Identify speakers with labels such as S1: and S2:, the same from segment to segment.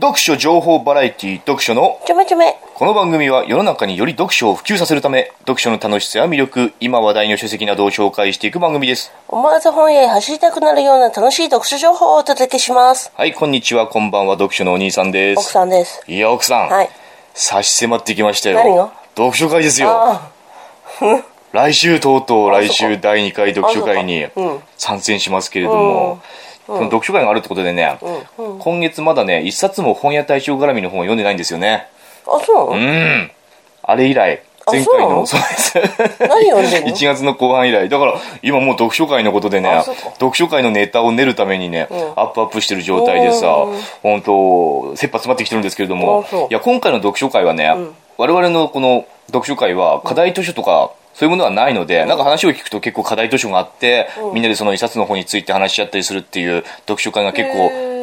S1: 読書情報バラエティ読書の
S2: ちょめちょめ。
S1: この番組は世の中により読書を普及させるため読書の楽しさや魅力今話題の書籍などを紹介していく番組です
S2: 思わず本屋へ走りたくなるような楽しい読書情報をお届けします。
S1: はいこんにちはこんばんは読書のお兄さんで
S2: 奥
S1: す
S2: さんです。
S1: いや奥さん、
S2: はい。
S1: 差し迫ってきましたよ
S2: 何が
S1: 読書会ですよ
S2: あ
S1: 来週とうとう
S2: あ
S1: 来週第2回読書会に
S2: あそうかうん
S1: 参戦しますけれども、その読書会があるってことでね、今月まだね一冊も本屋大賞絡みの本を読んでないんですよね
S2: あ、あそうな
S1: う
S2: の
S1: んあれ以来
S2: あ
S1: 前回の
S2: そ
S1: そうです
S2: 何読んでんの
S1: 1月の後半以来だから今もう読書会のことでね
S2: あそうか
S1: 読書会のネタを練るためにね、
S2: ん
S1: アップアップしてる状態でさ
S2: うん
S1: 本当切羽詰まってきてるんですけれども
S2: あそ
S1: い
S2: う
S1: や今回の読書会はね、我々のこの読書会は課題図書とか、そういうものはないので、なんか話を聞くと結構課題図書があって、みんなでその一冊の本について話し合ったりするっていう読書会が結構、
S2: へー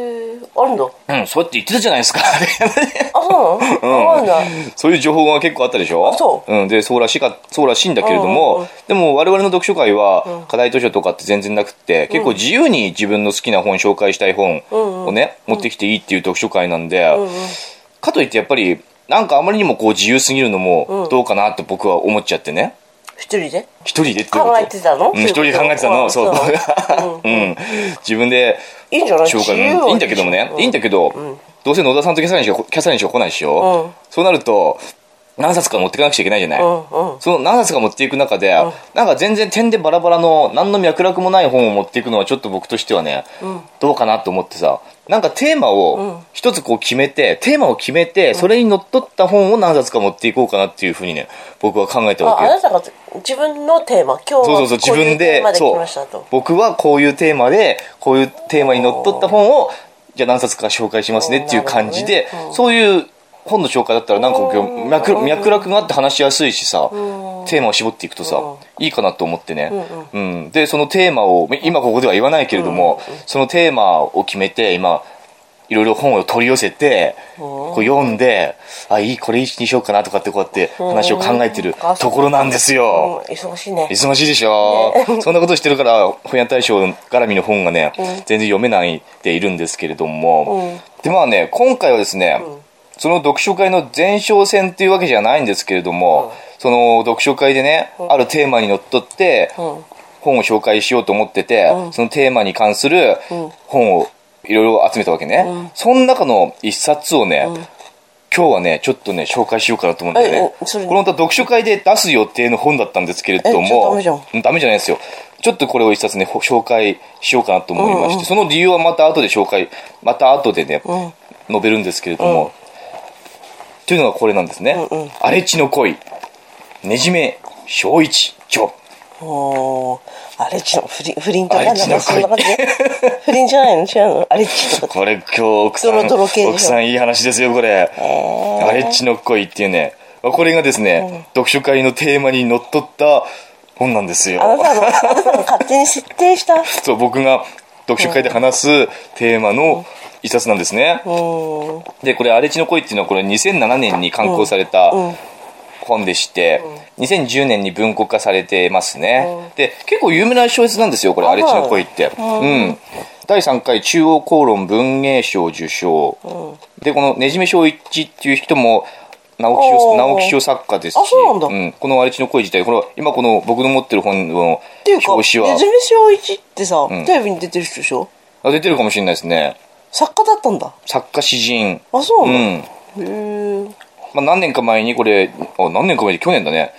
S2: あるんだ。
S1: うん、そうやって言ってたじゃないですか。
S2: あ、そうなのあるんだ。
S1: そういう情報が結構あったでしょ、
S2: あそう
S1: ん、でそうらしいかそうらしいんだけれども、
S2: うんうんうん
S1: でも我々の読書会は課題図書とかって全然なくって、結構自由に自分の好きな本紹介したい本をね、持ってきていいっていう読書会なんで、かといってやっぱりなんかあまりにもこう自由すぎるのもどうかなって僕は思っちゃってね
S2: 一人で
S1: 一人でっていうこと
S2: 考えてたの
S1: うん、一人で考えてたのそう
S2: そういうこ
S1: 僕が うん、自分で
S2: と。いいんじゃない
S1: 紹介
S2: 自由
S1: うんいいんだけどもね、いいんだけど、どうせ野田さんとキャサリンしかキャサリンしか来ないでしょ、
S2: うん
S1: そうなると何冊か持ってかなくちゃいけないじゃない、
S2: うんうん。
S1: その何冊か持っていく中で、なんか全然点でバラバラの何の脈絡もない本を持っていくのはちょっと僕としてはね、どうかなと思ってさなんかテーマを一つこう決めて、テーマを決めてそれにのっとった本を何冊か持っていこうかなっていうふうにね僕は考えたわ
S2: あ、
S1: け
S2: あ
S1: よ
S2: なたが自分のテーマ、今日
S1: そう
S2: は
S1: そうそう自
S2: こうい
S1: 分
S2: うテ
S1: で
S2: ーマで来
S1: そ
S2: ました
S1: う
S2: と。
S1: 僕はこういうテーマでこういうテーマにのっとった本をじゃあ何冊か紹介しますねっていう感じで、
S2: なるほどねうん
S1: そういう本の紹介だったらなんかこう脈脈絡があって話しやすいしさ、テーマを絞っていくとさ、いいかなと思ってね、うんでそのテーマを今ここでは言わないけれども、そのテーマを決めて今いろいろ本を取り寄せて、こう読んであいいこれ一にしようかなとかってこうやって話を考えてる
S2: うん
S1: ところなんですよ。
S2: うん、忙しいね。
S1: 忙しいでしょ、 そんなことしてるから本屋大賞絡みの本がね、全然読めないでいるんですけれども、でまあね今回はですね、その読書会の前哨戦っていうわけじゃないんですけれども、その読書会でね、あるテーマにのっとって、
S2: ん
S1: 本を紹介しようと思ってて、そのテーマに関する本をいろいろ集めたわけね、その中の一冊をね、今日はね、ちょっとね、紹介しようかなと思うんだよね。
S2: えおそれ
S1: これ本当は読書会で出す予定の本だったんですけれど
S2: えちょっ
S1: も、
S2: とダメじゃん
S1: うんダメじゃないですよ。ちょっとこれを一冊ね、ほ紹介しようかなと思いまして、その理由はまた後で紹介、また後でね、述べるんですけれども、というのがこれなんですね。
S2: うんうん
S1: 荒地の恋、ねじめ正一著。
S2: おーあれっちの不倫不倫とか
S1: あれ
S2: な
S1: っ
S2: ん
S1: ちの
S2: かそんな感じ不倫じゃないの違うのあれっ ちとか
S1: これ今日奥さん、
S2: ドロドロ系でしょ
S1: 奥さんいい話ですよ、これ。
S2: え
S1: 荒地の恋っていうね、これがですね、読書会のテーマにのっとった本なんですよ。
S2: あなたのあなたの勝手に設定したう
S1: そう僕が読書会で話すテーマの一冊なんですね、
S2: ーん
S1: でこれ「荒地の恋」っていうのはこれ2007年に刊行された
S2: うん
S1: 本でして、2010年に文庫化されてますね、で結構有名な小説なんですよこれ「
S2: あ
S1: 荒地の恋」って、うん、第3回中央公論文芸賞受賞、でこのねじめ正一っていう人も直木賞
S2: おー
S1: 直木賞作家ですし
S2: あそうなんだ
S1: ん、この「荒地の恋」自体この今この僕の持ってる本の
S2: っていうかね
S1: 表
S2: ず
S1: 紙
S2: み
S1: は
S2: 正一ってさ、
S1: ん
S2: テレビに出てる人でしょ
S1: あ出てるかもしれないですね
S2: 作家だったんだ
S1: 作家詩人
S2: あそう
S1: う
S2: なの、
S1: ん、
S2: へえ
S1: まあ、何年か前にこれあ何年か前で去年だね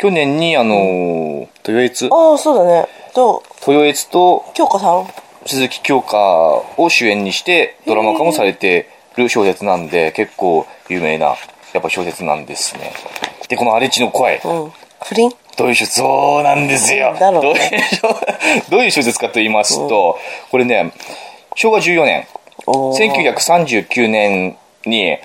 S1: 去年にあのー豊悦
S2: ああそうだねと
S1: 豊悦と
S2: 京香さん
S1: 鈴木京香を主演にしてドラマ化もされてる小説なんで結構有名なやっぱ小説なんですねでこの「荒地の声」
S2: うん不倫
S1: どういう小説そうなんですよ
S2: だろう
S1: どういう
S2: ね
S1: どういう小説かと言いますと、これね昭和14年
S2: おー
S1: 1939年に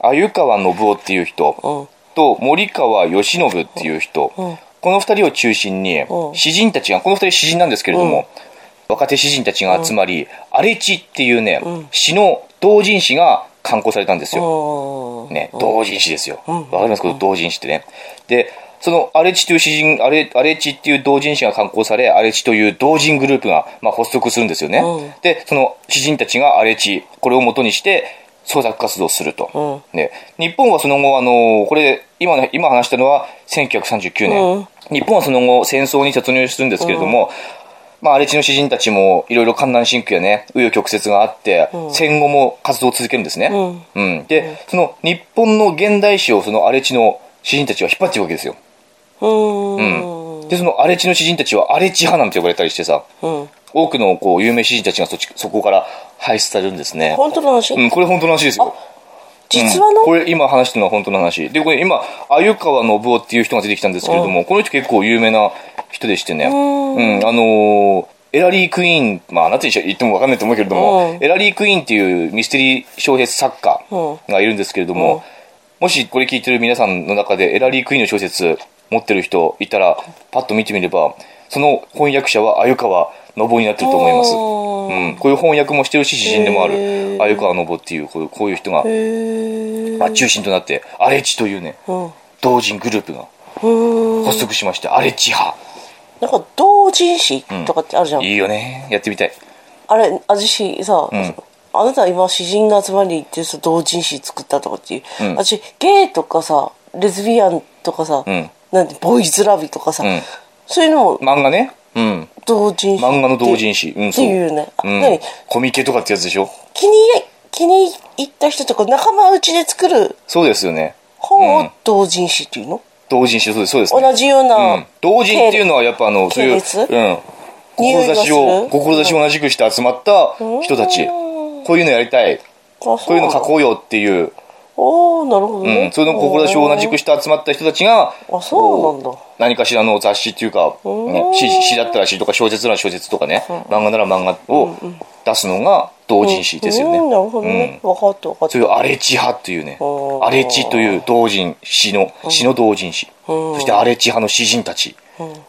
S1: 鮎川信夫っていう
S2: うん
S1: 人と森川義信っていう人、
S2: うん
S1: この二人を中心に
S2: うん
S1: 詩人たちがこの二人詩人なんですけれども、若手詩人たちが集まり「荒、地」っていうね、詩の同人誌が刊行されたんですよ。
S2: うん
S1: ね、同人誌ですよ。わ、かりますこの同人誌ってね。で、その、荒地という詩人、荒地っていう同人誌が刊行され、荒地という同人グループが、まあ、発足するんですよね。
S2: うん
S1: で、その詩人たちが荒地、これを元にして、創作活動をすると、
S2: う
S1: ね、日本はその後、あのこれ今の今話したのは1939年、
S2: うん
S1: 日本はその後戦争に突入するんですけれども、まあ、荒地の詩人たちもいろいろ観覧神宮やね紆余曲折があって、戦後も活動を続けるんですね、うんで、その日本の現代史をその荒地の詩人たちは引っ張っていくわけですよ
S2: うん。
S1: でその荒地の詩人たちは荒地派なんて呼ばれたりしてさ
S2: うん。
S1: 多くのこう有名詩人たちがそっちそこから輩出されるんですね
S2: 本当の話
S1: うん、これ本当の話ですよ。
S2: 実話の
S1: うんこれ今話してるのは本当の話。で、これ今、鮎川信夫っていう人が出てきたんですけれども、この人結構有名な人でしてね。うん、あのーエラリー・クイーン、まあ、あなたに言っても分かんないと思うけれども、
S2: うん
S1: エラリー・クイーンっていうミステリー小説作家がいるんですけれども、もしこれ聞いてる皆さんの中でエラリー・クイーンの小説持ってる人いたら、パッと見てみれば、その翻訳者は鮎川信夫になってると思います。
S2: お
S1: うん、こういう翻訳もしてるし詩人でもある
S2: へー
S1: 鮎川信夫っていうこういうこういう人が、
S2: へえ。
S1: まあ、中心となってアレチというね
S2: うん。
S1: 同人グループが
S2: うん。
S1: 発足しまして、アレチ派
S2: なんか同人誌とかってあるじゃん。
S1: いいよねやってみたい
S2: あれ、私さ、
S1: ん
S2: あなた今詩人が集まりに行ってさ同人誌作ったとかって、う
S1: うん
S2: 私ゲイとかさレズビアンとかさ、
S1: ん
S2: なんてボーイズラビとかさ、
S1: うん
S2: そういうのも
S1: 漫画ねうん
S2: 同人誌
S1: 漫画の同人誌
S2: って,、
S1: うん
S2: って
S1: そう
S2: いうね、あ
S1: うん
S2: 何
S1: コミケとかってやつでしょ
S2: 気に気に入った人とか仲間内で作る
S1: そうですよね
S2: 本
S1: う
S2: を
S1: ん
S2: 同人誌っていうの、
S1: 同人誌そうですそうです、ね、
S2: 同じような、
S1: うん、同人っていうのはやっぱあのそういう、うん、
S2: 系列匂いがす
S1: 志
S2: る
S1: を志を同じくして集まった人たち
S2: うん
S1: こういうのやりたい
S2: こ
S1: こういうの書こうよっていう
S2: おおなるほどね、
S1: うん、その志を同じく
S2: し
S1: して集まった人たちが
S2: あそうなんだ
S1: こう何かしらの雑誌っていうか、ね、詩詩だったら詩とか小説なら小説とかね漫画なら漫画を出すのが同人誌ですよね、
S2: なるほどね、分かった分かった
S1: そういう荒れ地派っていうね
S2: おー
S1: 荒れ地という同人詩の詩の同人誌
S2: うん
S1: そして荒れ地派の詩人たち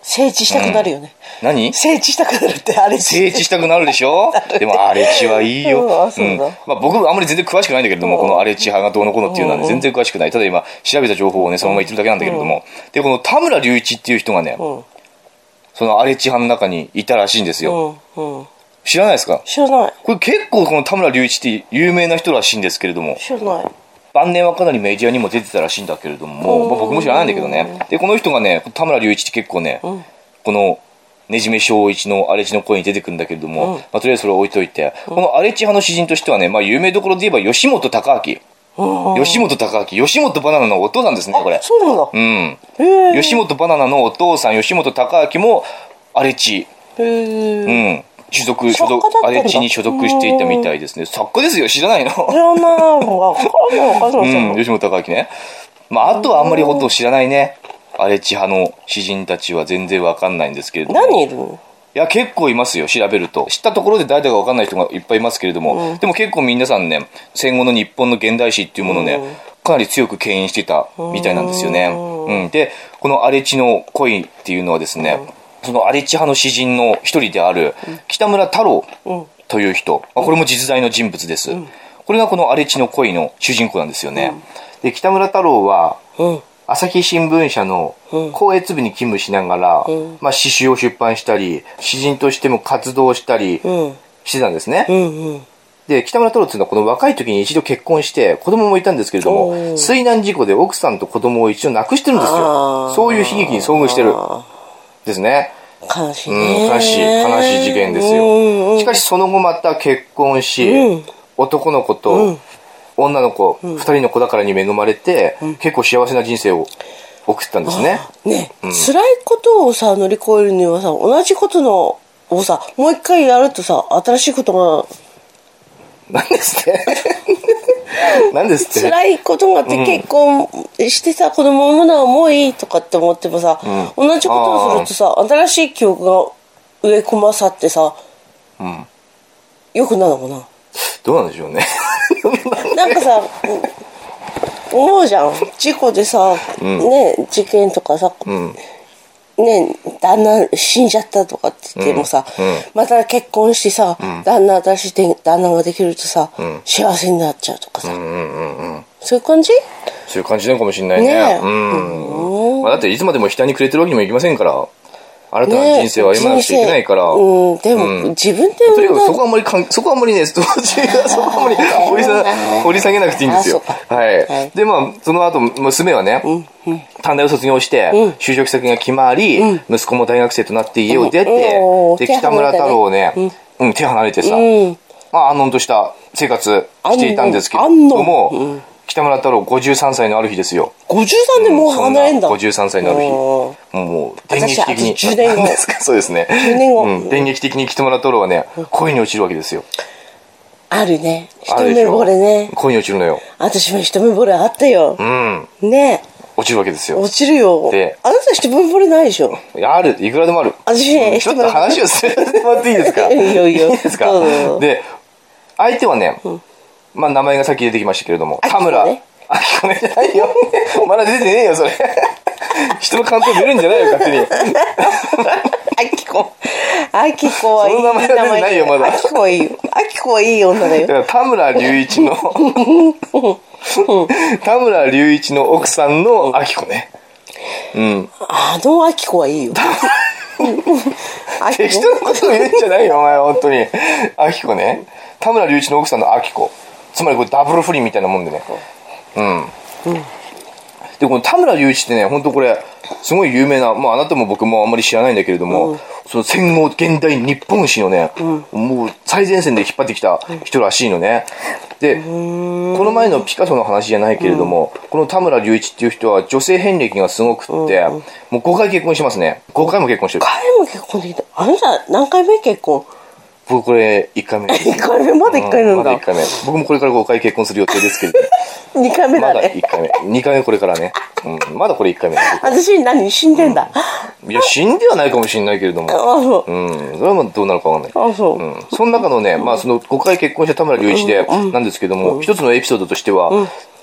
S2: 整地したくなるよね、
S1: 何
S2: 整地したくなるってあれ
S1: 整地した くなるでしょでも荒れ地はいいよ、
S2: うんあそうだ
S1: まあ、僕あんまり全然詳しくないんだけれども、この荒れ地派がどうのこうのっていうのは、ね全然詳しくないただ今調べた情報をねそのまま言ってるだけなんだけれども、でこの田村隆一っていう人がね、
S2: うん
S1: その荒れ地派の中にいたらしいんです
S2: う
S1: よ、
S2: んうん
S1: 知らないですか
S2: 知らない
S1: これ結構この田村隆一って有名な人らしいんですけれども
S2: 知らない
S1: 晩年はかなりメディアにも出てたらしいんだけれども、まあ、僕も知らないんだけどねでこの人がね田村隆一って結構ね、このねじめ正一の荒れ地の声に出てくるんだけれども、まあ、とりあえずそれを置いといて、この荒れ地派の詩人としてはね、まあ、有名どころで言えば吉本隆
S2: あ
S1: 明吉本隆明吉本バナナのお父さんですねこれ
S2: そうなんだ
S1: うん
S2: へえ
S1: 吉本バナナのお父さん吉本隆明も荒れ地
S2: へ
S1: う
S2: え
S1: ん所属所
S2: 作家だ
S1: 属
S2: ったんだ
S1: 荒れ地に所属していたみたいですね作家ですよ知らないの
S2: 知らないわかんないわかんない、
S1: うん、吉本隆明ね。まあ、あとはあんまりほとんど知らないね。荒れ地派の詩人たちは全然わかんないんですけれども。
S2: 何
S1: い
S2: いるの
S1: や、結構いますよ、調べると。知ったところで誰だかわかんない人がいっぱいいますけれども、でも結構皆さんね、戦後の日本の現代史っていうものをね、
S2: うん
S1: かなり強く牽引してたみたいなんですよね。うん、で、この荒れ地の恋っていうのはですね、その荒れ地派の詩人の一人である北村太郎
S2: うん
S1: という人、まあ、これも実在の人物です、これがこの「荒地の恋」の主人公なんですよね、で北村太郎は
S2: うん
S1: 朝日新聞社の公営部に勤務しながら、まあ、詩集を出版したり詩人としても活動したり
S2: うん
S1: してたんですね、
S2: うんうん
S1: で北村太郎っていうのはこの若い時に一度結婚して子供もいたんですけれど
S2: お
S1: も
S2: ー
S1: 水難事故で奥さんと子供を一応亡くしてるんです
S2: あ
S1: よ
S2: ー
S1: そういう悲劇に遭遇してるですね
S2: 悲しい
S1: うん、
S2: ね
S1: 悲しい悲しい事件です
S2: うんう
S1: よ
S2: ん
S1: しかしその後また結婚し、
S2: うん
S1: 男の子と女の子、二人の子宝に恵まれて、結構幸せな人生を送ったんですね
S2: ね、辛いことをさ乗り越えるにはさ同じことのをさもう一回やるとさ新しいことが
S1: 何ですって 何ですって
S2: 辛いことがあって結婚してさ、子供産むのはもういいとかって思ってもさ、
S1: うん
S2: 同じことをするとさ新しい記憶が植え込まさってさ、
S1: ん
S2: よくなるのか
S1: どうなんでしょう ね
S2: ななんかさ 思うじゃん事故でさ、ね事件とかさ、
S1: うん
S2: ね旦那死んじゃったとかって言ってもさ、
S1: うんうん
S2: また結婚してさ、旦那新しい旦那ができるとさ、
S1: ん
S2: 幸せになっちゃうとかさ、
S1: うんうんうんうん
S2: そういう感じ
S1: そういう感じなのかもしれないね
S2: ねえ
S1: うんまあ、だっていつまでも下にくれてるわけにもいきませんから新たな人生を歩まなくちゃいけないから、
S2: うん、でも、
S1: うん
S2: 自分で
S1: とに
S2: 産
S1: か
S2: んだ
S1: くそこはあんまりかん、そこはあんまりね、当時が そこはあんまり掘り下掘り下げなくていいんですよ
S2: あそう。か
S1: はい、
S2: はい
S1: で、まあ、その後、娘はね、短大を卒業して、就職先が決まり、息子も大学生となって家を出て、
S2: うん
S1: で、
S2: 手
S1: 北村太郎をね、うん、手離れてさ、
S2: うん
S1: まあ、安穏とした生活していたんですけど
S2: 安穏
S1: も、
S2: う
S1: 北村太郎53歳のある日ですよ。
S2: 53でもう離れんだ、
S1: うんそんな53歳になる日
S2: おー
S1: もう、電撃的に。
S2: 私あと10年後
S1: なんです かそうですね。
S2: 10年後
S1: うん電撃的に北村太郎はね、恋に落ちるわけですよ。
S2: あるね一
S1: あるで
S2: 目
S1: しょ
S2: 惚れね
S1: 恋に落ちるのよ。
S2: 私も一目惚れあったよ
S1: う、ん。
S2: ね
S1: 落ちるわけですよ。
S2: 落ちるよ
S1: で
S2: あなた一目惚れないでしょ
S1: いやある、いくらでもある。
S2: 私ね
S1: うんちょっと話をするてもらっていいですか
S2: いいよいいよ
S1: ですか
S2: どうぞ
S1: で、相手はね、まあ名前がさっき出てきましたけれども、
S2: あきこ
S1: 田村。あ
S2: ね
S1: きこねじゃないよ。 まだ出てねえよ、それ。 人の鑑定見るんじゃないよ、勝手に。
S2: あきこあきこはいい
S1: その名前は出てないよまだ
S2: あきこはいいよあきこはいい女だ
S1: だ
S2: よ
S1: から田村隆一の田村隆一の奥さんのあきこねうん
S2: あのあきこはいいよあき
S1: 適
S2: こ
S1: 当なこと言うんじゃないよお前本当にあきこね田村隆一の奥さんのあきこつまりこれダブル不倫みたいなもんでねうん、でこの田村隆一ってね本当これすごい有名な、まあ、あなたも僕もあんまり知らないんだけれども、その戦後現代日本史のね、もう最前線で引っ張ってきた人らしいのねでこの前のピカソの話じゃないけれども、この田村隆一っていう人は女性遍歴がすごくって、もう5回結婚してますね5回も結婚してる
S2: 彼も結婚できたあなた何回目結婚
S1: 僕これ1回目 です
S2: 1回目まだ1回なんだ、
S1: まだ1回目僕もこれから5回結婚する予定ですけれ ども
S2: 2回目
S1: ま
S2: だ
S1: だ
S2: ね
S1: 1回目2回目これからね、うん、まだこれ1回目
S2: 私何死んでんだ、
S1: いや死んではないかもしれないけれども
S2: あそう
S1: うんそれはまあどうなるかわかんない
S2: あそう、
S1: うん、その中のね、まあ、その5回結婚した田村隆一でなんですけども、一つのエピソードとしては、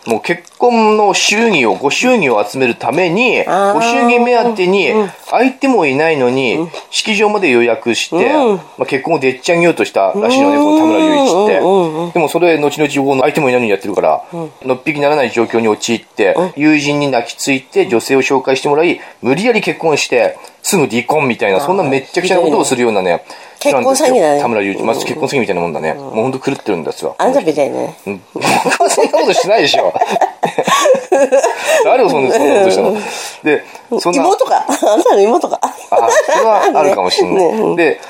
S1: もう結婚の祝儀をご祝儀を集めるために
S2: あー
S1: ご祝儀目当てに相手もいないのに式場まで予約して、まあ、結婚をでっち上げようとしたらしいのねこの田村隆一って。
S2: うんうんうん
S1: でもそれ後々相手もいないのにやってるから、のっぴきならない状況に陥って、友人に泣きついて女性を紹介してもらい、無理やり結婚して、すぐ離婚みたいな、そんなめっちゃくちゃなことをするようなね、
S2: ひど
S1: 人
S2: いね
S1: なんですよ
S2: 結婚詐欺だね
S1: 田村隆一、まず結婚詐欺みたいなもんだね。もうほんと狂ってるんですよ。
S2: あなたみたいね
S1: うん僕はそんなことしないでしょ。 誰をそんなそんなことしたので、そんな。
S2: 妹かあなたの妹か
S1: あそれはあるかもしれない。
S2: ねね
S1: で、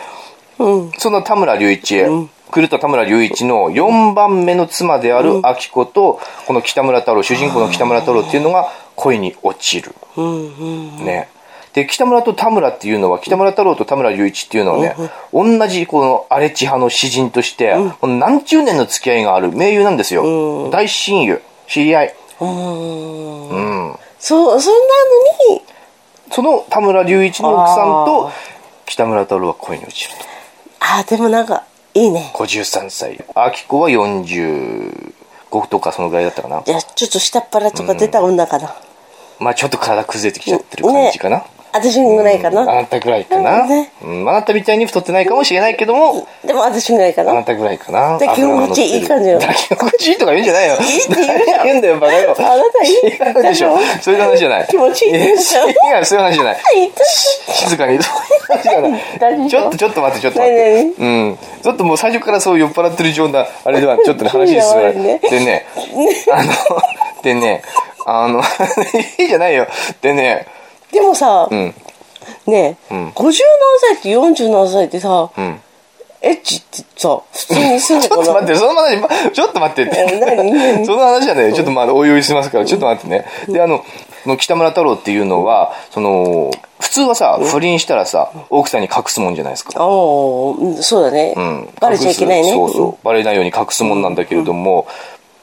S1: その田村隆一、狂った田村隆一の4番目の妻である明子と、この北村太郎、主人公の北村太郎っていうのが恋に落ちる。ね。で、北村と田村っていうのは、北村太郎と田村隆一っていうのはね、同じこの荒地派の詩人として、この何十年の付き合いがある名優なんですよ。大親友、知り合い。
S2: うん
S1: うん。
S2: そうそんなのに
S1: その田村隆一の奥さんと、北村太郎は恋に落ちると。
S2: あでもなんかいいね
S1: 53歳アキコは45とかそのぐらいだったかな
S2: じゃあちょっと下っ腹とか出た女かな、
S1: まあちょっと体崩れてきちゃってる感じかな、
S2: ね私ぐらいかな、
S1: あなたぐらいかな、
S2: うんね
S1: うんあなたみたいに太ってないかもしれないけども
S2: でも私ぐらいか
S1: あ
S2: な
S1: なたぐらいかな
S2: で
S1: 油が乗ってる
S2: 着心地いい感じよ
S1: だ着心地いいとか言うんじゃないよいいって 言うんだよバカ野郎
S2: あなたいい
S1: 違うでし ょそういう話じゃない
S2: 気持ちいい
S1: や違うそう いう話じゃない
S2: 言った
S1: 静かにそういう話じゃない
S2: 大
S1: ち
S2: 丈夫
S1: ょっとちょっと待ってちょっと待ってうんちょっともう最初からそう酔っ払ってる状態あれで はちょっとね話です
S2: いいよね
S1: でねあのでねあの いいじゃないよでね
S2: でもさ、
S1: ん
S2: ねえ、
S1: ん
S2: 50何歳って40何歳ってさ、
S1: ん
S2: エッチってさ普通にするの
S1: ちょ
S2: か
S1: っと
S2: な
S1: 待ってその話まちょっと待ってっ
S2: え何
S1: て
S2: 何
S1: その話はねちょっとまあおいおいしますからちょっと待ってねであのこの北村太郎っていうのはその普通はさ不倫したらさ奥さんに隠すもんじゃないですか
S2: あーうんそうだね、
S1: うん
S2: バレちゃいけないね
S1: 隠すそうそうバレないように隠すもんなんだけれども、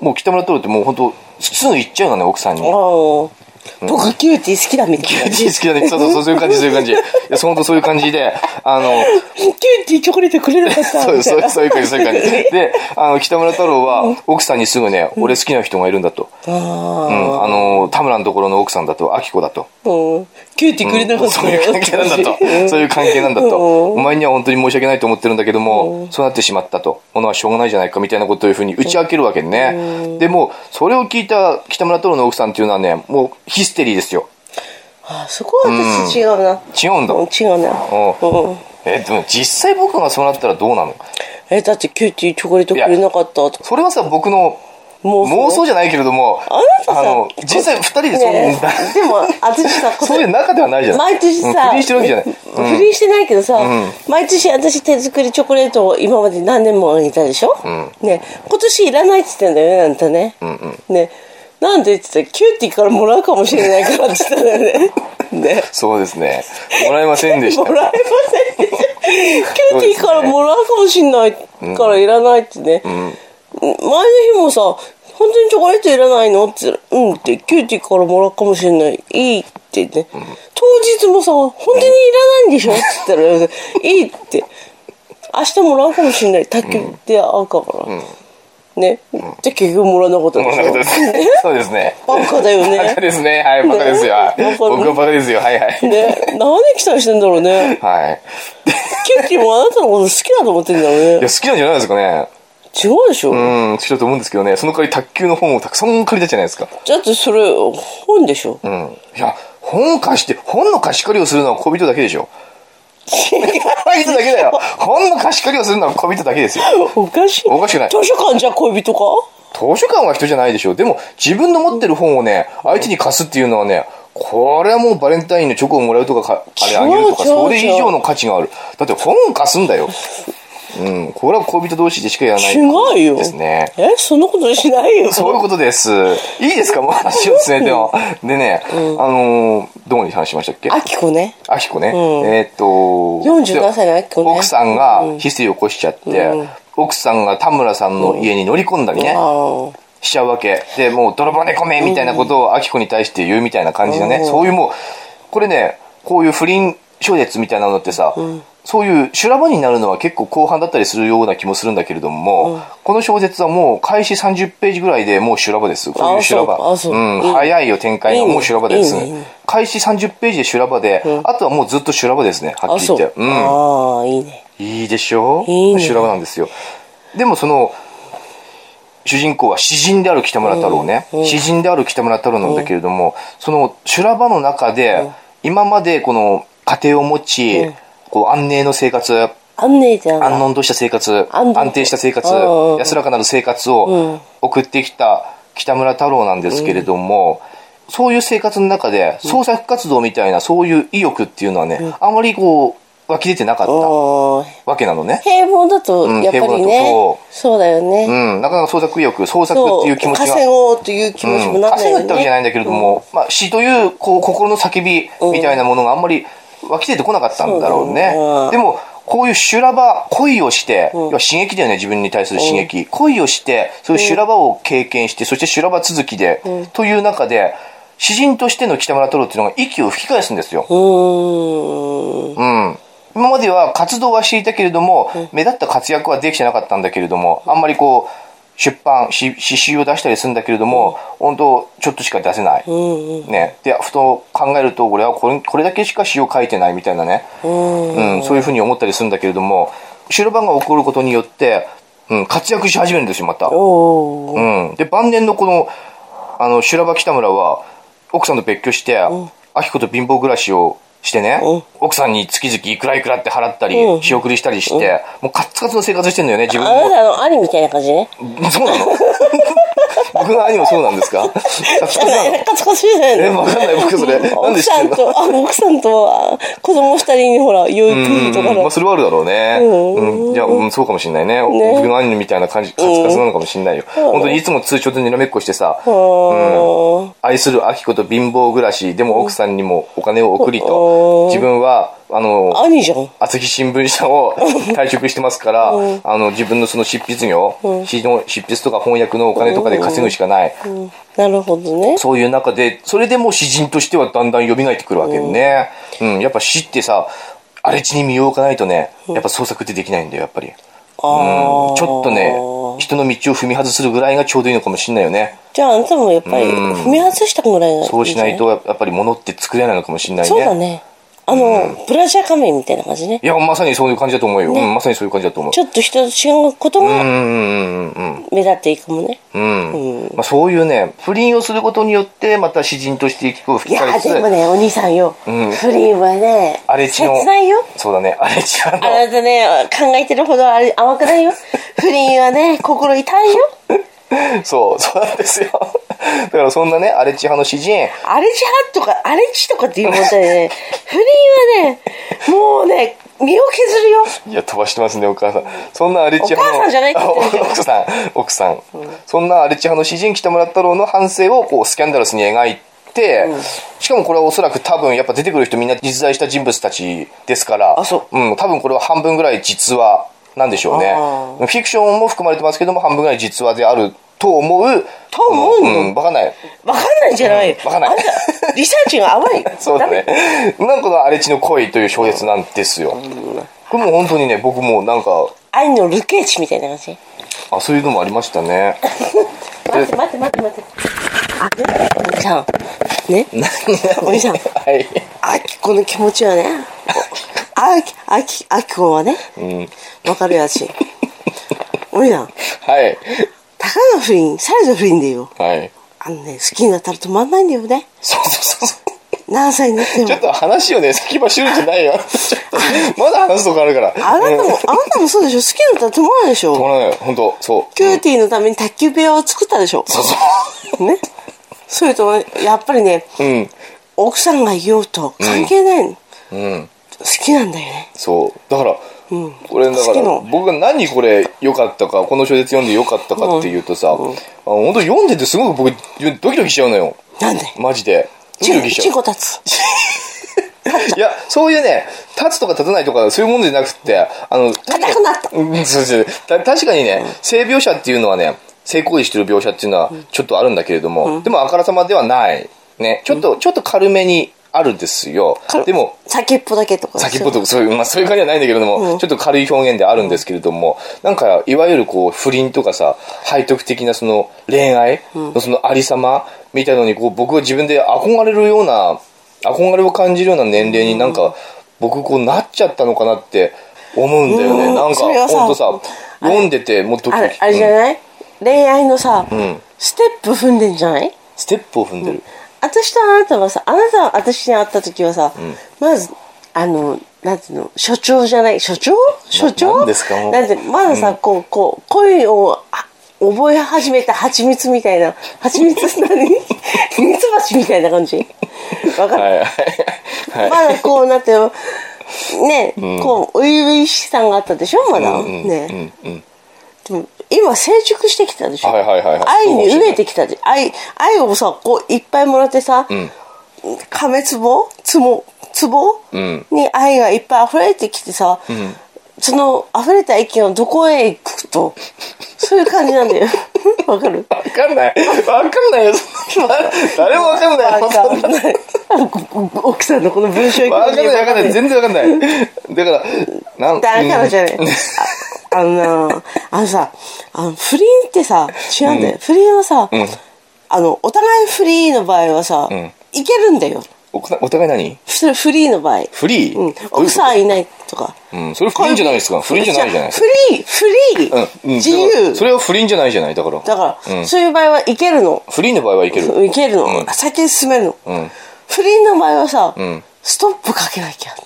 S1: もう北村太郎ってもう本当すぐ行っちゃうのね奥さんに。
S2: ああ、僕キューティー好きだみたいな。
S1: 好きだね。そうそう そう、そういう感じ、そういう感じ。いや、そう本当そういう感じで、あの、
S2: キューティーチョコレートくれなかった
S1: そう
S2: みた
S1: そ
S2: いうな。
S1: そういう感じ、そういう 感じ。で、あの、北村太郎は、奥さんにすぐね、俺好きな人がいるんだと。
S2: あ
S1: う
S2: あ
S1: ん、あの、田村のところの奥さんだと、アキコだと。
S2: うんキューティーくれなかった
S1: そういう関係なんだと。そういう関係なんだ
S2: う
S1: と。
S2: ん
S1: お前には本当に申し訳ないと思ってるんだけども、そうなってしまったと。ものはしょうがないじゃないかみたいなことをいうふうに打ち明けるわけね。でも、それを聞いた北村太郎の奥さんっていうのはね、もうヒステリーですよ。
S2: あそこは私違うな、
S1: 違うんだ。
S2: うん違うな
S1: お
S2: うん
S1: え、でも実際僕がそうなったらどうなの
S2: えだってキューティーチョコレートくれなかったとか
S1: それはさ、僕の
S2: 妄想
S1: 妄想じゃないけれども、
S2: あなたさ
S1: の、実際二人でそう、
S2: ねえでも私さ今 年
S1: そういう中ではないじゃん。
S2: 毎年さ、
S1: うん不倫してるわけじゃない。うん
S2: 不倫してないけどさ、毎年私手作りチョコレートを今まで何年もあげたでしょ、ね今年いらないって言ってんだよねあんたね、ねなんでって言ってキューティーからもらうかもしれないからって言ったんだよね ね
S1: そうですね。もらえませんでした
S2: も。らえませんでしたキューティーからもらうかもしれないからいらないってね、前の日もさ本当にチョコレートいらないのって言ったらうんって、キューティーからもらうかもしれない。いいって言って、当日もさ、本当にいらないんでしょって言ったら、いいって。明日もらうかもしれない。卓球で会うから。ね。じゃあ結局もらわなかった
S1: もらえなかったです
S2: ね。
S1: そうですね。
S2: バカだよ
S1: バカ
S2: ね。
S1: ですね。はい、バカですよ。はい
S2: ね
S1: 僕はバカですよ。はいはい。
S2: ね。何期待してんだろうね。
S1: はい。
S2: キューティーもあなたのこと好きだと思ってんだろうね
S1: いや、。好きなんじゃないですかね。
S2: 違うでしょ、
S1: うん、好きだと思うんですけどね。その代わり卓球の本をたくさん借りたじゃないですか。
S2: だってそれ、本でしょ、
S1: うん。いや、本を貸して、本の貸し借りをするのは小人だけでしょ。恋人だけ だよ。本の貸し借りをするのは小人だけですよ。
S2: おかしい。
S1: おかしくない
S2: 図書館じゃ恋人か
S1: 図書館は人じゃないでしょ。でも、自分の持ってる本をね、相手に貸すっていうのはね、これはもうバレンタインのチョコをもらうとかか、あれあげるとか、
S2: 違う違う
S1: それ以上の価値がある。だって本を貸すんだよ。うん、これは恋人同士でしかやらない。
S2: 違うよ。
S1: ですね。
S2: え、そんなことしないよ。
S1: そういうことです。いいですかもう話を進めても。でね、あのーどこに話しましたっけ
S2: あきこね。
S1: あきこね。
S2: ん
S1: えーっと、
S2: 47歳のあきこね
S1: 奥さんがヒステリーを起こしちゃって、奥さんが田村さんの家に乗り込んだりね。
S2: ああ。
S1: しちゃうわけ。で、もう泥棒猫めみたいなことをアキコに対して言うみたいな感じのね、そういうもう、これね、こういう不倫小説みたいなのってさ、そういう修羅場になるのは結構後半だったりするような気もするんだけれども、この小説はもう開始30ページぐらいでもう修羅場です。こういう修羅場。、
S2: あそうあそうんいい
S1: 早いよ展開がもう修羅場です。
S2: いいねいいね
S1: 開始30ページで修羅場で、あとはもうずっと修羅場ですね、はっ
S2: あ、
S1: きり言
S2: そ
S1: って
S2: う。。
S1: うん。
S2: ああ、いいね。
S1: いいでしょ
S2: いいね
S1: 修羅場なんですよ。でもその、主人公は詩人である北村太郎ね。詩人である北村太郎なんだけれども、その修羅場の中で、今までこの家庭を持ち、こう安寧の生活、
S2: あんねえじゃん。
S1: 安穏とした生活、
S2: 安穏
S1: 安定した生活、
S2: うんうん
S1: 安らかなる生活を送ってきた北村太郎なんですけれども、そういう生活の中で創作活動みたいなそういう意欲っていうのはね、あまりこう湧き出てなかった
S2: ああ
S1: わけなのね。
S2: 平凡だと、
S1: ん
S2: やっぱり
S1: 平凡だ
S2: ね、
S1: と
S2: そうだよね。
S1: うん、なかなか創作意欲、創作っ
S2: そ
S1: ていう
S2: う、
S1: 気持ちが。
S2: 稼ごうという気持ち
S1: う
S2: も
S1: ん、
S2: なんない
S1: 稼
S2: よ
S1: ぐってわけじゃ
S2: ね。
S1: ないんだけれども、まあ、死というこう心の叫びみたいなものがあんまり湧き出てこなかったんだろうね。
S2: そうだねうん
S1: でも、こういう修羅場、恋をして、要は刺激だよね、自分に対する刺激。恋をして、そういう修羅場を経験して、そして修羅場続きで、という中で、詩人としての北村太郎っていうのが息を吹き返すんですよ。
S2: うーん。
S1: うん。今までは活動はしていたけれども、目立った活躍はできてなかったんだけれども、あんまりこう、出版、し詩集を出したりするんだけれども、本当ちょっとしか出せない。
S2: うんうん。
S1: ね。で、ふと考えると、俺はこれこれだけしか詩を書いてないみたいなね。
S2: うん。
S1: うん、そういうふうに思ったりするんだけれども、白番が起こることによって、うん、活躍し始めるんですよ、また。
S2: おー。
S1: うん。で、晩年のこの、あの、修羅場北村は、奥さんと別居して、アキコと貧乏暮らしをしてね、
S2: うん
S1: 奥さんに月々いくらいくらって払ったり、
S2: うん
S1: 仕送りしたりして、もうカツカツの生活してんのよね、自分
S2: あな
S1: も。
S2: たの兄みたいな感じね。
S1: そう なの僕の兄もそうなんですかカツカツなの
S2: カツカツじゃないの
S1: え、わかんない、僕それ。なん
S2: 奥
S1: で知っ
S2: さ
S1: てん
S2: ん
S1: の
S2: と、あ奥さんとは子供二人にほら、養育費とか
S1: うんまあ、
S2: の。
S1: それはあるだろうね。
S2: うん
S1: うん。じゃあ、うんそうかもしれないね。
S2: ね
S1: 僕の兄みたいな感じ、カツカツなのかもしれないよ。本当にいつも通帳でにらめっこしてさ、
S2: はあ
S1: 愛するアキコと貧乏暮らしでも奥さんにもお金を送り
S2: う
S1: と
S2: ん
S1: 自分はあの
S2: 兄じゃん。
S1: 朝日新聞社 を退職してますからあの自分のその執筆業詩の執筆とか翻訳のお金とかで稼ぐしかない
S2: うんなるほどね。
S1: そういう中でそれでもう詩人としてはだんだん蘇ってくるわけねうんやっぱ詩ってさ荒れ地に身を置かないとねやっぱ創作ってできないんだよやっぱりうん
S2: あー
S1: ちょっとね人の道を踏み外するぐらいがちょうどいいのかもしれないよね
S2: じゃああなたもやっぱり
S1: うん
S2: 踏み外したくもらえない。
S1: そうしないとやっぱり物って作れないのかもしれないね
S2: そうだね。あの、ブラジャー仮面みたいな感じね
S1: い。や、まさにそういう感じだと思うよ。
S2: ね
S1: うん、まさにそういう感じだと思う
S2: ち。ょっと人と違うこと
S1: う
S2: が
S1: んうんうん
S2: 目立っていくもんね。
S1: うんうん
S2: う
S1: まあ、そういうね不倫をすることによってまた詩人として息を
S2: い
S1: 吹き
S2: や
S1: 返す
S2: ーでもね、お兄さんよ。
S1: ん
S2: 不倫はね、
S1: 荒れ地の
S2: 切ないよ。
S1: そうだね荒れ地の
S2: あなたね、考えてるほどあれ甘くないよ。 不倫はね、心痛いよ。
S1: そうそうなんですよ だからそんなね荒れ地派の詩人
S2: 荒れ地派とか、荒れ地とかっていう問題でね、不倫はね、もうね、身を削るよ。
S1: いや飛ばしてますねお母さんそんな荒れ地派の
S2: お母さんじゃないって
S1: あ
S2: 言ってる
S1: 奥さん奥さん、そんな荒れ地派の詩人北村太郎の反省をこうスキャンダラスに描いて、しかもこれはおそらく多分やっぱ出てくる人みんな実在した人物たちですから、
S2: あそう
S1: ん、多分これは半分ぐらい実話なんでしょうね
S2: あ
S1: フィクションも含まれてますけども半分ぐらい実話であると思う
S2: と思うの
S1: ん、分かんない
S2: わかんないんじゃないよ。
S1: わかんない
S2: あんた、リサーチが甘いよ。
S1: そうだ
S2: ダメ。
S1: ねなんかこの荒れ地の恋という小説なんですよ、これもう本当にね僕もなんか
S2: 愛のルケーチみたいな感じ。
S1: あそういうのもありましたね
S2: 待って待って待って待って。あね、おじさん。ね、おじさん。
S1: はい。
S2: あきこの気持ちはね、あき、あき、あきこはね、わかるやつ。おじさん、
S1: はい。
S2: たかが不倫、されど不倫でいいよ。
S1: はい。
S2: あのね、好きになったら止まんないんだよね。
S1: そうそうそうそう。
S2: 何歳になっても。
S1: ちょっと話をね、先走るんじゃないよ。 ちょっとまだ話すとこあるから。
S2: あなた
S1: うん
S2: も、あなたもそうでしょ好きだったら止まらないでし
S1: 止
S2: ょ
S1: まらないよ。本当そう。
S2: キューティーのために卓球部屋を作ったでしょ
S1: そうそ
S2: ね。それと、やっぱりね、
S1: う。うん。
S2: 奥さんがいようと関係ないの。
S1: うん。
S2: 好きなんだよね。
S1: そう。だから、これだか
S2: 好き
S1: ら
S2: の
S1: 僕が何これ良かったかこの小説読んで良かったかっていうとさ、あ本当読んでてすごく僕ドキドキしちゃうのよ
S2: なんで
S1: マジでドキドキしち
S2: チ
S1: ゃ
S2: ン
S1: う
S2: コ立つ。
S1: いやそういうね立つとか立たないとかそういうものじゃなくてあの
S2: 硬くなった。
S1: うんそうそうた確かにね、性描写っていうのはね性行為してる描写っていうのはちょっとあるんだけれども、でもあからさまではないねちょっと、ちょっと軽めにあるんですよ
S2: 軽
S1: でも
S2: 先っぽだけとか。
S1: 先っぽとかそういう、まあ、そういう感じはないんだけれども、
S2: うん
S1: ちょっと軽い表現であるんですけれども、なんかいわゆるこう不倫とかさ背徳的なその恋愛のそのありさまみたいのにこう僕は自分で憧れるような憧れを感じるような年齢になんか、僕こうなっちゃったのかなって思うんだよね、
S2: うん
S1: なんか
S2: それはさ
S1: ほんとさ
S2: あれ
S1: 読んでてもうドキ
S2: あ
S1: ド
S2: れ
S1: キ、
S2: あれじゃ
S1: うん
S2: ない恋愛のさ
S1: ん、
S2: ステップ踏んでんじゃない
S1: ステップを踏んでる、
S2: 私とあなたはさ、あなたは私に会った時はさ、まず、あの、なんていうの、所長じゃない、所長所長
S1: なんですかもう
S2: なんて、まださ、こう、こう、恋を、あ覚え始めた蜂蜜みたいな、蜂蜜 何蜜蜂みたいな感じわかる、
S1: はいはいはい
S2: まだこうなって、ね、こう、初々しさがあったでしょまだ。ね。でも今成熟してきたでしょ、
S1: はいはいはいはい
S2: 愛に飢えてきたで愛愛をさこういっぱいもらってさ、
S1: ん
S2: 亀つぼつぼつぼ、
S1: ん
S2: に愛がいっぱい溢れてきてさ、その溢れた意見をどこへ行くとそういう感じなん だよわかる
S1: わかんないわかんないよそんな誰もわかんない
S2: わかんない奥さんのこの文章
S1: わかんないわかんない全然わかんないだからなん
S2: だからじゃない
S1: うん。
S2: ああのな、あのさ、あの不倫ってさ、違うんだよ。不倫はさ、あの、お互いフリーの場合はさ、
S1: ん
S2: いけるんだよ。
S1: おお互い何
S2: それフリーの場合。
S1: フリー、
S2: うん、奥さんいないとか。
S1: うん、それ不倫じゃないですか不倫じゃないじゃないです
S2: フリー、フリ
S1: か、
S2: ー、
S1: うんうん、
S2: 自
S1: だからそ
S2: 由。
S1: れは不倫じゃないじゃないだから
S2: だから、そういう場合はいけるの。
S1: フリーの場合はいける
S2: いけるの。先に進めるの、
S1: ん
S2: 不倫の場合はさ、
S1: ん
S2: ストップかけなきゃって。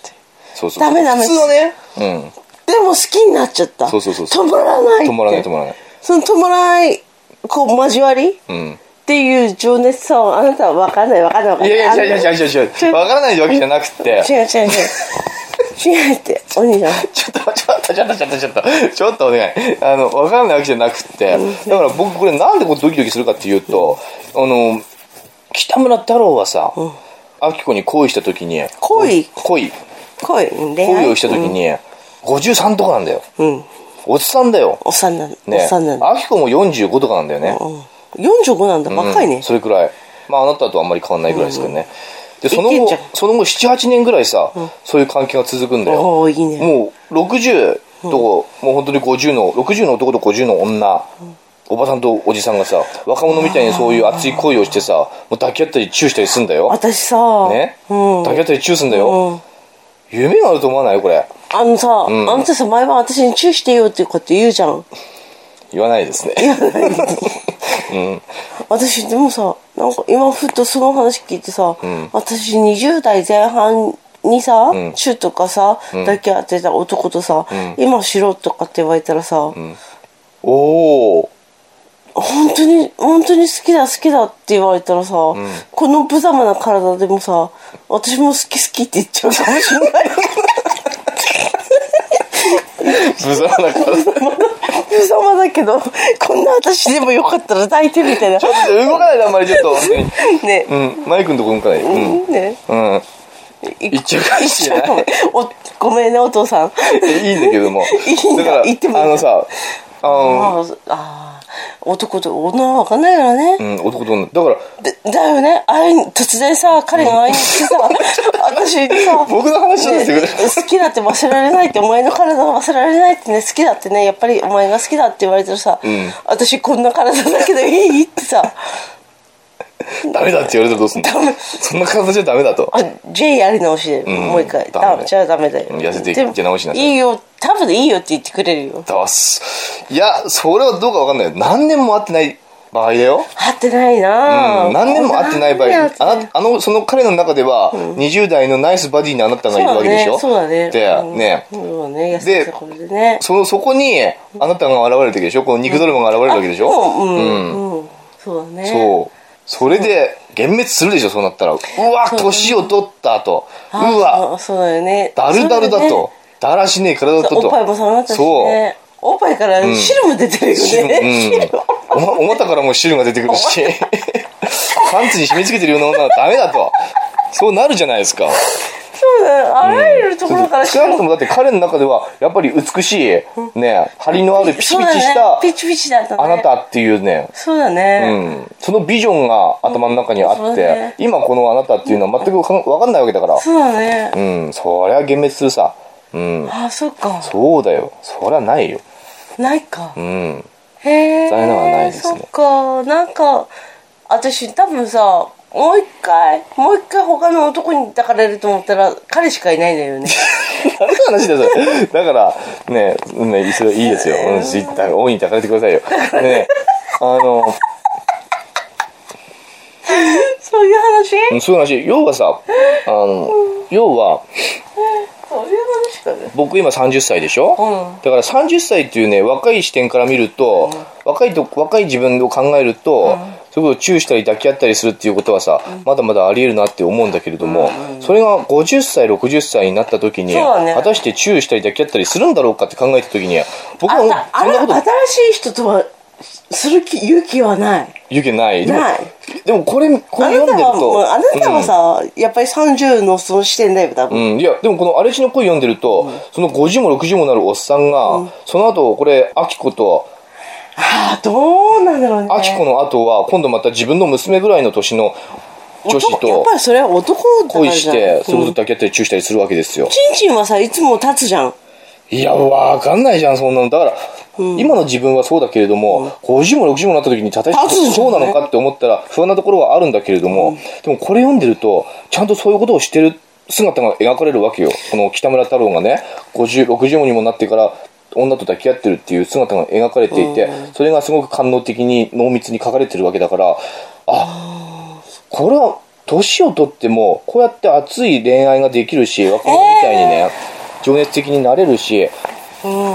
S1: そうそう
S2: ダメダメ。
S1: 普通はね、うん、
S2: でも好きになっちゃった。
S1: そうそうそうそう
S2: 止まらないって。
S1: 止まらない止まらない
S2: その止まらない、こう、交わり、っていう情熱さをあなたは分かんない分かんない分かん
S1: い
S2: ない。
S1: やいや違う違う違う違う違うわからないわけじゃなくて
S2: 違う違う違う。違うって、お兄さん。
S1: ちょっと、ちょっと、ちょっと、ちょっと、ちょっと、ちょっとお願い。あの、わからないわけじゃなくて、だから僕これなんでこうドキドキするかっていうと、あの、北村太郎はさ、あきこに恋した時に、
S2: 恋
S1: 恋、
S2: 恋、恋愛。
S1: 恋をした時に、53とかなんだよ。
S2: うん。お
S1: おっさんだよ。
S2: っさんなんだ。お
S1: ね
S2: っさんなんだ。
S1: あきこも45とかなんだよね。
S2: うん45なんだ、ばっかり
S1: うん
S2: ね。
S1: それくらい。まあ、あなたとあんまり変わんないぐらいですけどね。で、その
S2: いけんじ
S1: 後
S2: ゃん、
S1: その後7、8年ぐらいさ、そういう関係が続くんだよ。
S2: おおいいね。
S1: もう60と、もう本当に50の60の男と50の女、おばさんとおじさんがさ若者みたいにそういう熱い恋をしてさもう抱き合ったりチューしたりすんだよ、
S2: 私さ、
S1: ね
S2: うん。
S1: 抱き合ったりチューすんだよ、夢があると思わないこれ
S2: あのさ、
S1: ん
S2: あんたさ毎晩私にチューしてよってこと言うじゃん
S1: 言わないですね
S2: 私でもさなんか今ふっとその話聞いてさ、私20代前半にさ、チューとかさ、だけやってた男とさ、今しろとかって言われたらさ、
S1: おお
S2: 本当に本当に好きだ好きだって言われたらさ、この無様な体でもさ私も好き好きって言っちゃうかも しれない
S1: 無様な体ちょっ
S2: 無様だけどこんな私でもよかったら抱いてみたいな
S1: と動かないであんまりちょっと本当に
S2: ね、
S1: うんマイクのとこ動かないうん
S2: ね
S1: うん
S2: い
S1: っちゃうかもしれない
S2: いっちゃうかもおごめんねお父さん
S1: いいんだけども
S2: いいんだ
S1: だから
S2: 言ってもいい
S1: あのさあの、
S2: あーあー男と女は分かんないからね、
S1: うん、男と女だから
S2: だだよねあれ突然さ彼が会いに来て さ私にさ
S1: 僕の話なんですよ
S2: ね好きだって忘れられないってお前の体は忘れられないってね好きだってねやっぱりお前が好きだって言われてるさ、
S1: ん
S2: 私こんな体だけどいいってさ
S1: ダメだって言われたらど うすんの
S2: ダメ
S1: そんな形じゃダメだと
S2: あ J やり直しで、
S1: ん
S2: もう一回
S1: ダメ
S2: だじゃあダメだよ
S1: うん痩せて
S2: でも
S1: やり直しなさい
S2: いいよ多分いいよって言ってくれるよ
S1: だわすいやそれはどうかわかんないよ何年も会ってない場合だよ
S2: 合ってないなぁ、
S1: うん、何年も会ってない場合
S2: なんで合
S1: あ
S2: って
S1: なあのその彼の中では20代のナイスバディにあなたがいるわけでしょ
S2: そうだねそう
S1: で
S2: だねうん
S1: ね
S2: そうだね痩せてこれでね
S1: そのそこにあなたが現れるわけでしょこの肉ドラマが現れるわけでしょ、
S2: もううん、うんそうだね
S1: そうそれで幻滅するでしょそうなったらうわ年を取ったとう
S2: あ
S1: わ
S2: そうそうだよね
S1: だるだるだ
S2: そうよね
S1: とだらしねえ体だと
S2: おっぱいも下がったし
S1: そう
S2: ねおっぱいから汁も出てるよ
S1: 汁
S2: ね、
S1: うん、おまお股からも汁が出てくる しパンツに締め付けてるような女はダメだとそうなるじゃないですか
S2: そうだよあらゆるところから
S1: 少
S2: 汁
S1: なくともだって彼の中ではやっぱり美しいね張りのあるピチピチ
S2: そうだね
S1: した
S2: ピチピチだったね
S1: あなたっていうね
S2: そうだ
S1: う
S2: ね、
S1: ん、そのビジョンが頭の中にあ
S2: うんそ
S1: っ
S2: うだね
S1: て今このあなたっていうのは全くかんわかんないわけだから
S2: そうだね、
S1: うんそりゃ幻滅するさうん
S2: あそっか
S1: そうだよそりゃないよ
S2: ないか、
S1: うん
S2: へえ
S1: 残念ながらないですね
S2: そっかなんか私多分さもう一回もう一回他の男に抱かれると思ったら彼しかいないんだ よね
S1: 何の話だよそれだからねねそれいいですよ、うん、しだから大いに抱かれてくださいよねあの
S2: そういう話
S1: うんそういう話要はさあの要は
S2: そういう話かね
S1: 僕今30歳でしょ、
S2: う
S1: だから30歳っていうね若い視点から見ると、若いと若い自分を考えると、そういうことをチューしたり抱き合ったりするっていうことはさ、まだまだありえるなって思うんだけれども、それが50歳60歳になった時に、
S2: そうだね
S1: 果たしてチューしたり抱き合ったりするんだろうかって考えた時に僕は
S2: あ
S1: もう
S2: たあ
S1: そんな
S2: ら
S1: こと
S2: 新しい人とはする気勇気はない
S1: 言うけないでも
S2: ない
S1: でもこれこ
S2: あ
S1: れ
S2: な
S1: 読ん
S2: た
S1: でる
S2: はもう
S1: と
S2: あなたはさ、やっぱり30のその視点だよ多分、
S1: うん、いやでもこの「荒地の恋」読んでると、その50も60もなるおっさんが、その後これアキコと
S2: ああどうなんだろうね
S1: アキコの後は今度また自分の娘ぐらいの年の女子
S2: 男やっ
S1: と
S2: ぱりそれは男だから
S1: 恋
S2: じ
S1: し
S2: ゃん
S1: てそういう
S2: う
S1: こ
S2: ん
S1: とだけやったり注意したりするわけですよ、
S2: チンチンはさいつも立つじゃん
S1: いやわかんないじゃんそんなのだから、今の自分はそうだけれども、50も60もなった時に果た
S2: 立つんだ
S1: し
S2: ね
S1: てそうなのかって思ったら不安なところはあるんだけれども、でもこれ読んでるとちゃんとそういうことをしてる姿が描かれるわけよこの北村太郎がね5060にもなってから女と抱き合ってるっていう姿が描かれていて、それがすごく官能的に濃密に書かれてるわけだからあこれは年を取ってもこうやって熱い恋愛ができるし若者みたいにね、情熱的になれるし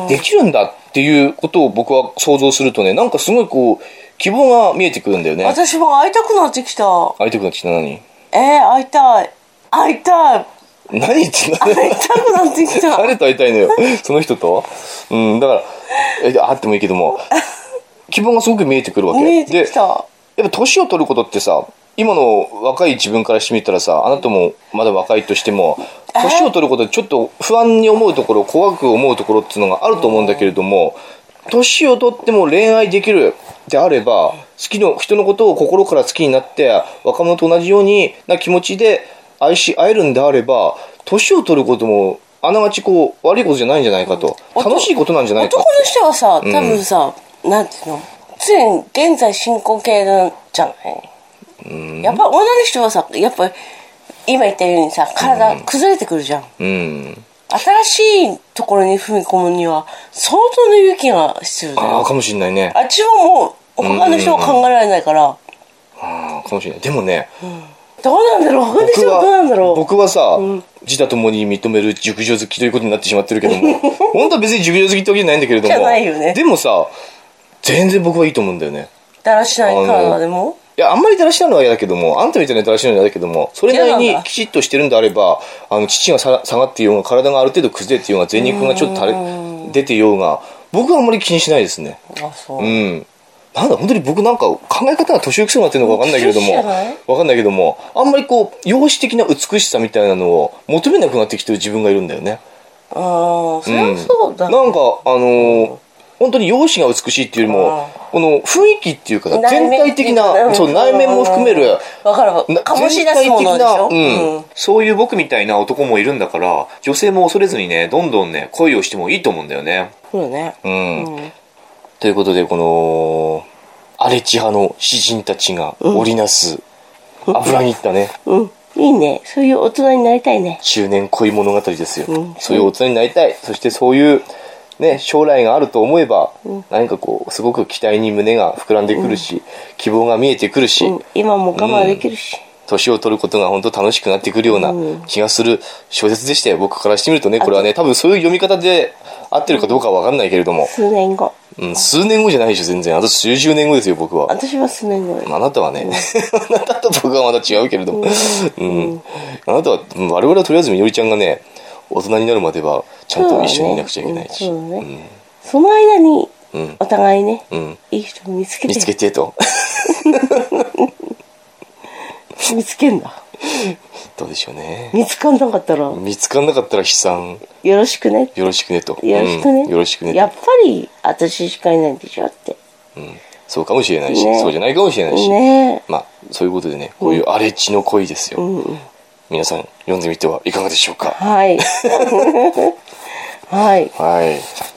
S1: できるんだっていうことを僕は想像するとねなんかすごいこう希望が見えてくるんだよね
S2: 私も会いたくなってきた
S1: 会いたくなってきた何
S2: えー、会いたい会いたい
S1: 何言ってん
S2: 会い
S1: の
S2: たくなってきた
S1: 誰と会いた いのよその人とうんだからえ会ってもいいけど も希望がすごく見えてくるわけ
S2: 見えてき
S1: で
S2: た
S1: やっぱ年を取ることってさ今の若い自分からしてみたらさあなたもまだ若いとしても年を取ることでちょっと不安に思うところ怖く思うところっていうのがあると思うんだけれども年を取っても恋愛できるであれば好きの人のことを心から好きになって若者と同じようにな気持ちで愛し合えるんであれば年を取ることもあながちこう悪いことじゃないんじゃないかと
S2: 男
S1: 楽しいことなんじゃないか
S2: 男の人はさ多分さ、なんていうの常に現在進行形なんじゃない、やっぱ女の人はさやっぱ今言ったようにさ体崩れてくるじゃん、
S1: うん。
S2: 新しいところに踏み込むには相当の勇気が必要だ
S1: ああ、
S2: よ
S1: かもしんないね。
S2: あっちはもう他の人は考えられないから
S1: ああ、かもしんない。でもね、
S2: どうなんだろう私
S1: 僕
S2: はどうなんだ
S1: は、
S2: ろ
S1: 僕はさ、自他ともに認める熟女好きということになってしまってるけど も、本当は別に熟女好きってわけじゃないんだけれども、
S2: じゃないよね
S1: でもさ、全然僕はいいと思うんだよね。
S2: うだらしない体でも
S1: いや、あんまりだらしないのは嫌だけども、あんたみたいなだらしないのは嫌だけども、それなり
S2: 嫌なん
S1: に
S2: だ
S1: きちっとしてるんであれば、あの、父がさ下がっていようが、体がある程度崩れていようが、全肉がちょっと垂れ、出ていようが、僕はあんまり気にしないですね。
S2: あそう、
S1: うん。なんだ、本当に僕なんか考え方が年寄りくそうになってるのかわかんないけれども
S2: 年寄りじゃない、
S1: わかんないけども、あんまりこう、容姿的な美しさみたいなのを求めなくなってきてる自分がいるんだよね。
S2: ああそれはそうだ、
S1: なんか、あのー本当に容姿が美しいっていうよりも、この雰囲気っていうかさ、全体的な、そう、内面も含める、
S2: 分かる
S1: な
S2: 醸し出すものでし
S1: 全体
S2: ょ、
S1: 的なうんそういう僕みたいな男もいるんだから女性も恐れずにねどんどんね恋をしてもいいと思うんだよね。
S2: そうだね
S1: うん
S2: うん
S1: ということでこの荒地派の詩人たちが織りなす油ぎったね
S2: うんいいねそういう大人になりたいね
S1: 中年恋物語ですよ、
S2: うん
S1: そういう大人になりたいそしてそういう、ね、将来があると思えば、何かこうすごく期待に胸が膨らんでくるし、希望が見えてくるし、
S2: うん今も我慢できるし、
S1: 年を取ることが本当楽しくなってくるような気がする小説でしたよ僕からしてみるとねこれはね多分そういう読み方で合ってるかどうかは分かんないけれども、
S2: 数年後
S1: うん、数年後じゃないでしょ全然あと数十年後ですよ僕は
S2: 私は数年後だよ
S1: あなたはね、 あなたと僕はまた違うけれども、うん、あなたはうん我々はとりあえずみのりちゃんがね大人になるまではちゃんと一緒にいなくちゃいけないし、
S2: そうだね,、うんそうだねその間に
S1: ん
S2: お互いね、
S1: ん
S2: いい人見つけて
S1: 見つけてと
S2: 見つけんだ
S1: どうでしょうね
S2: 見つかんなかったらよ
S1: 見つからなかったら悲惨
S2: ろしくね
S1: よろしくねと
S2: よろしくね、
S1: うんよろしくねと
S2: やっぱり私しかいないんでしょって
S1: そうかもしれないし、
S2: ね
S1: そうじゃないかもしれないし、
S2: ね
S1: まあ、そういうことでね、こういう荒れ地の恋ですよ。
S2: うん
S1: 皆さん、読んでみてはいかがでしょうか。
S2: はいはい
S1: はい。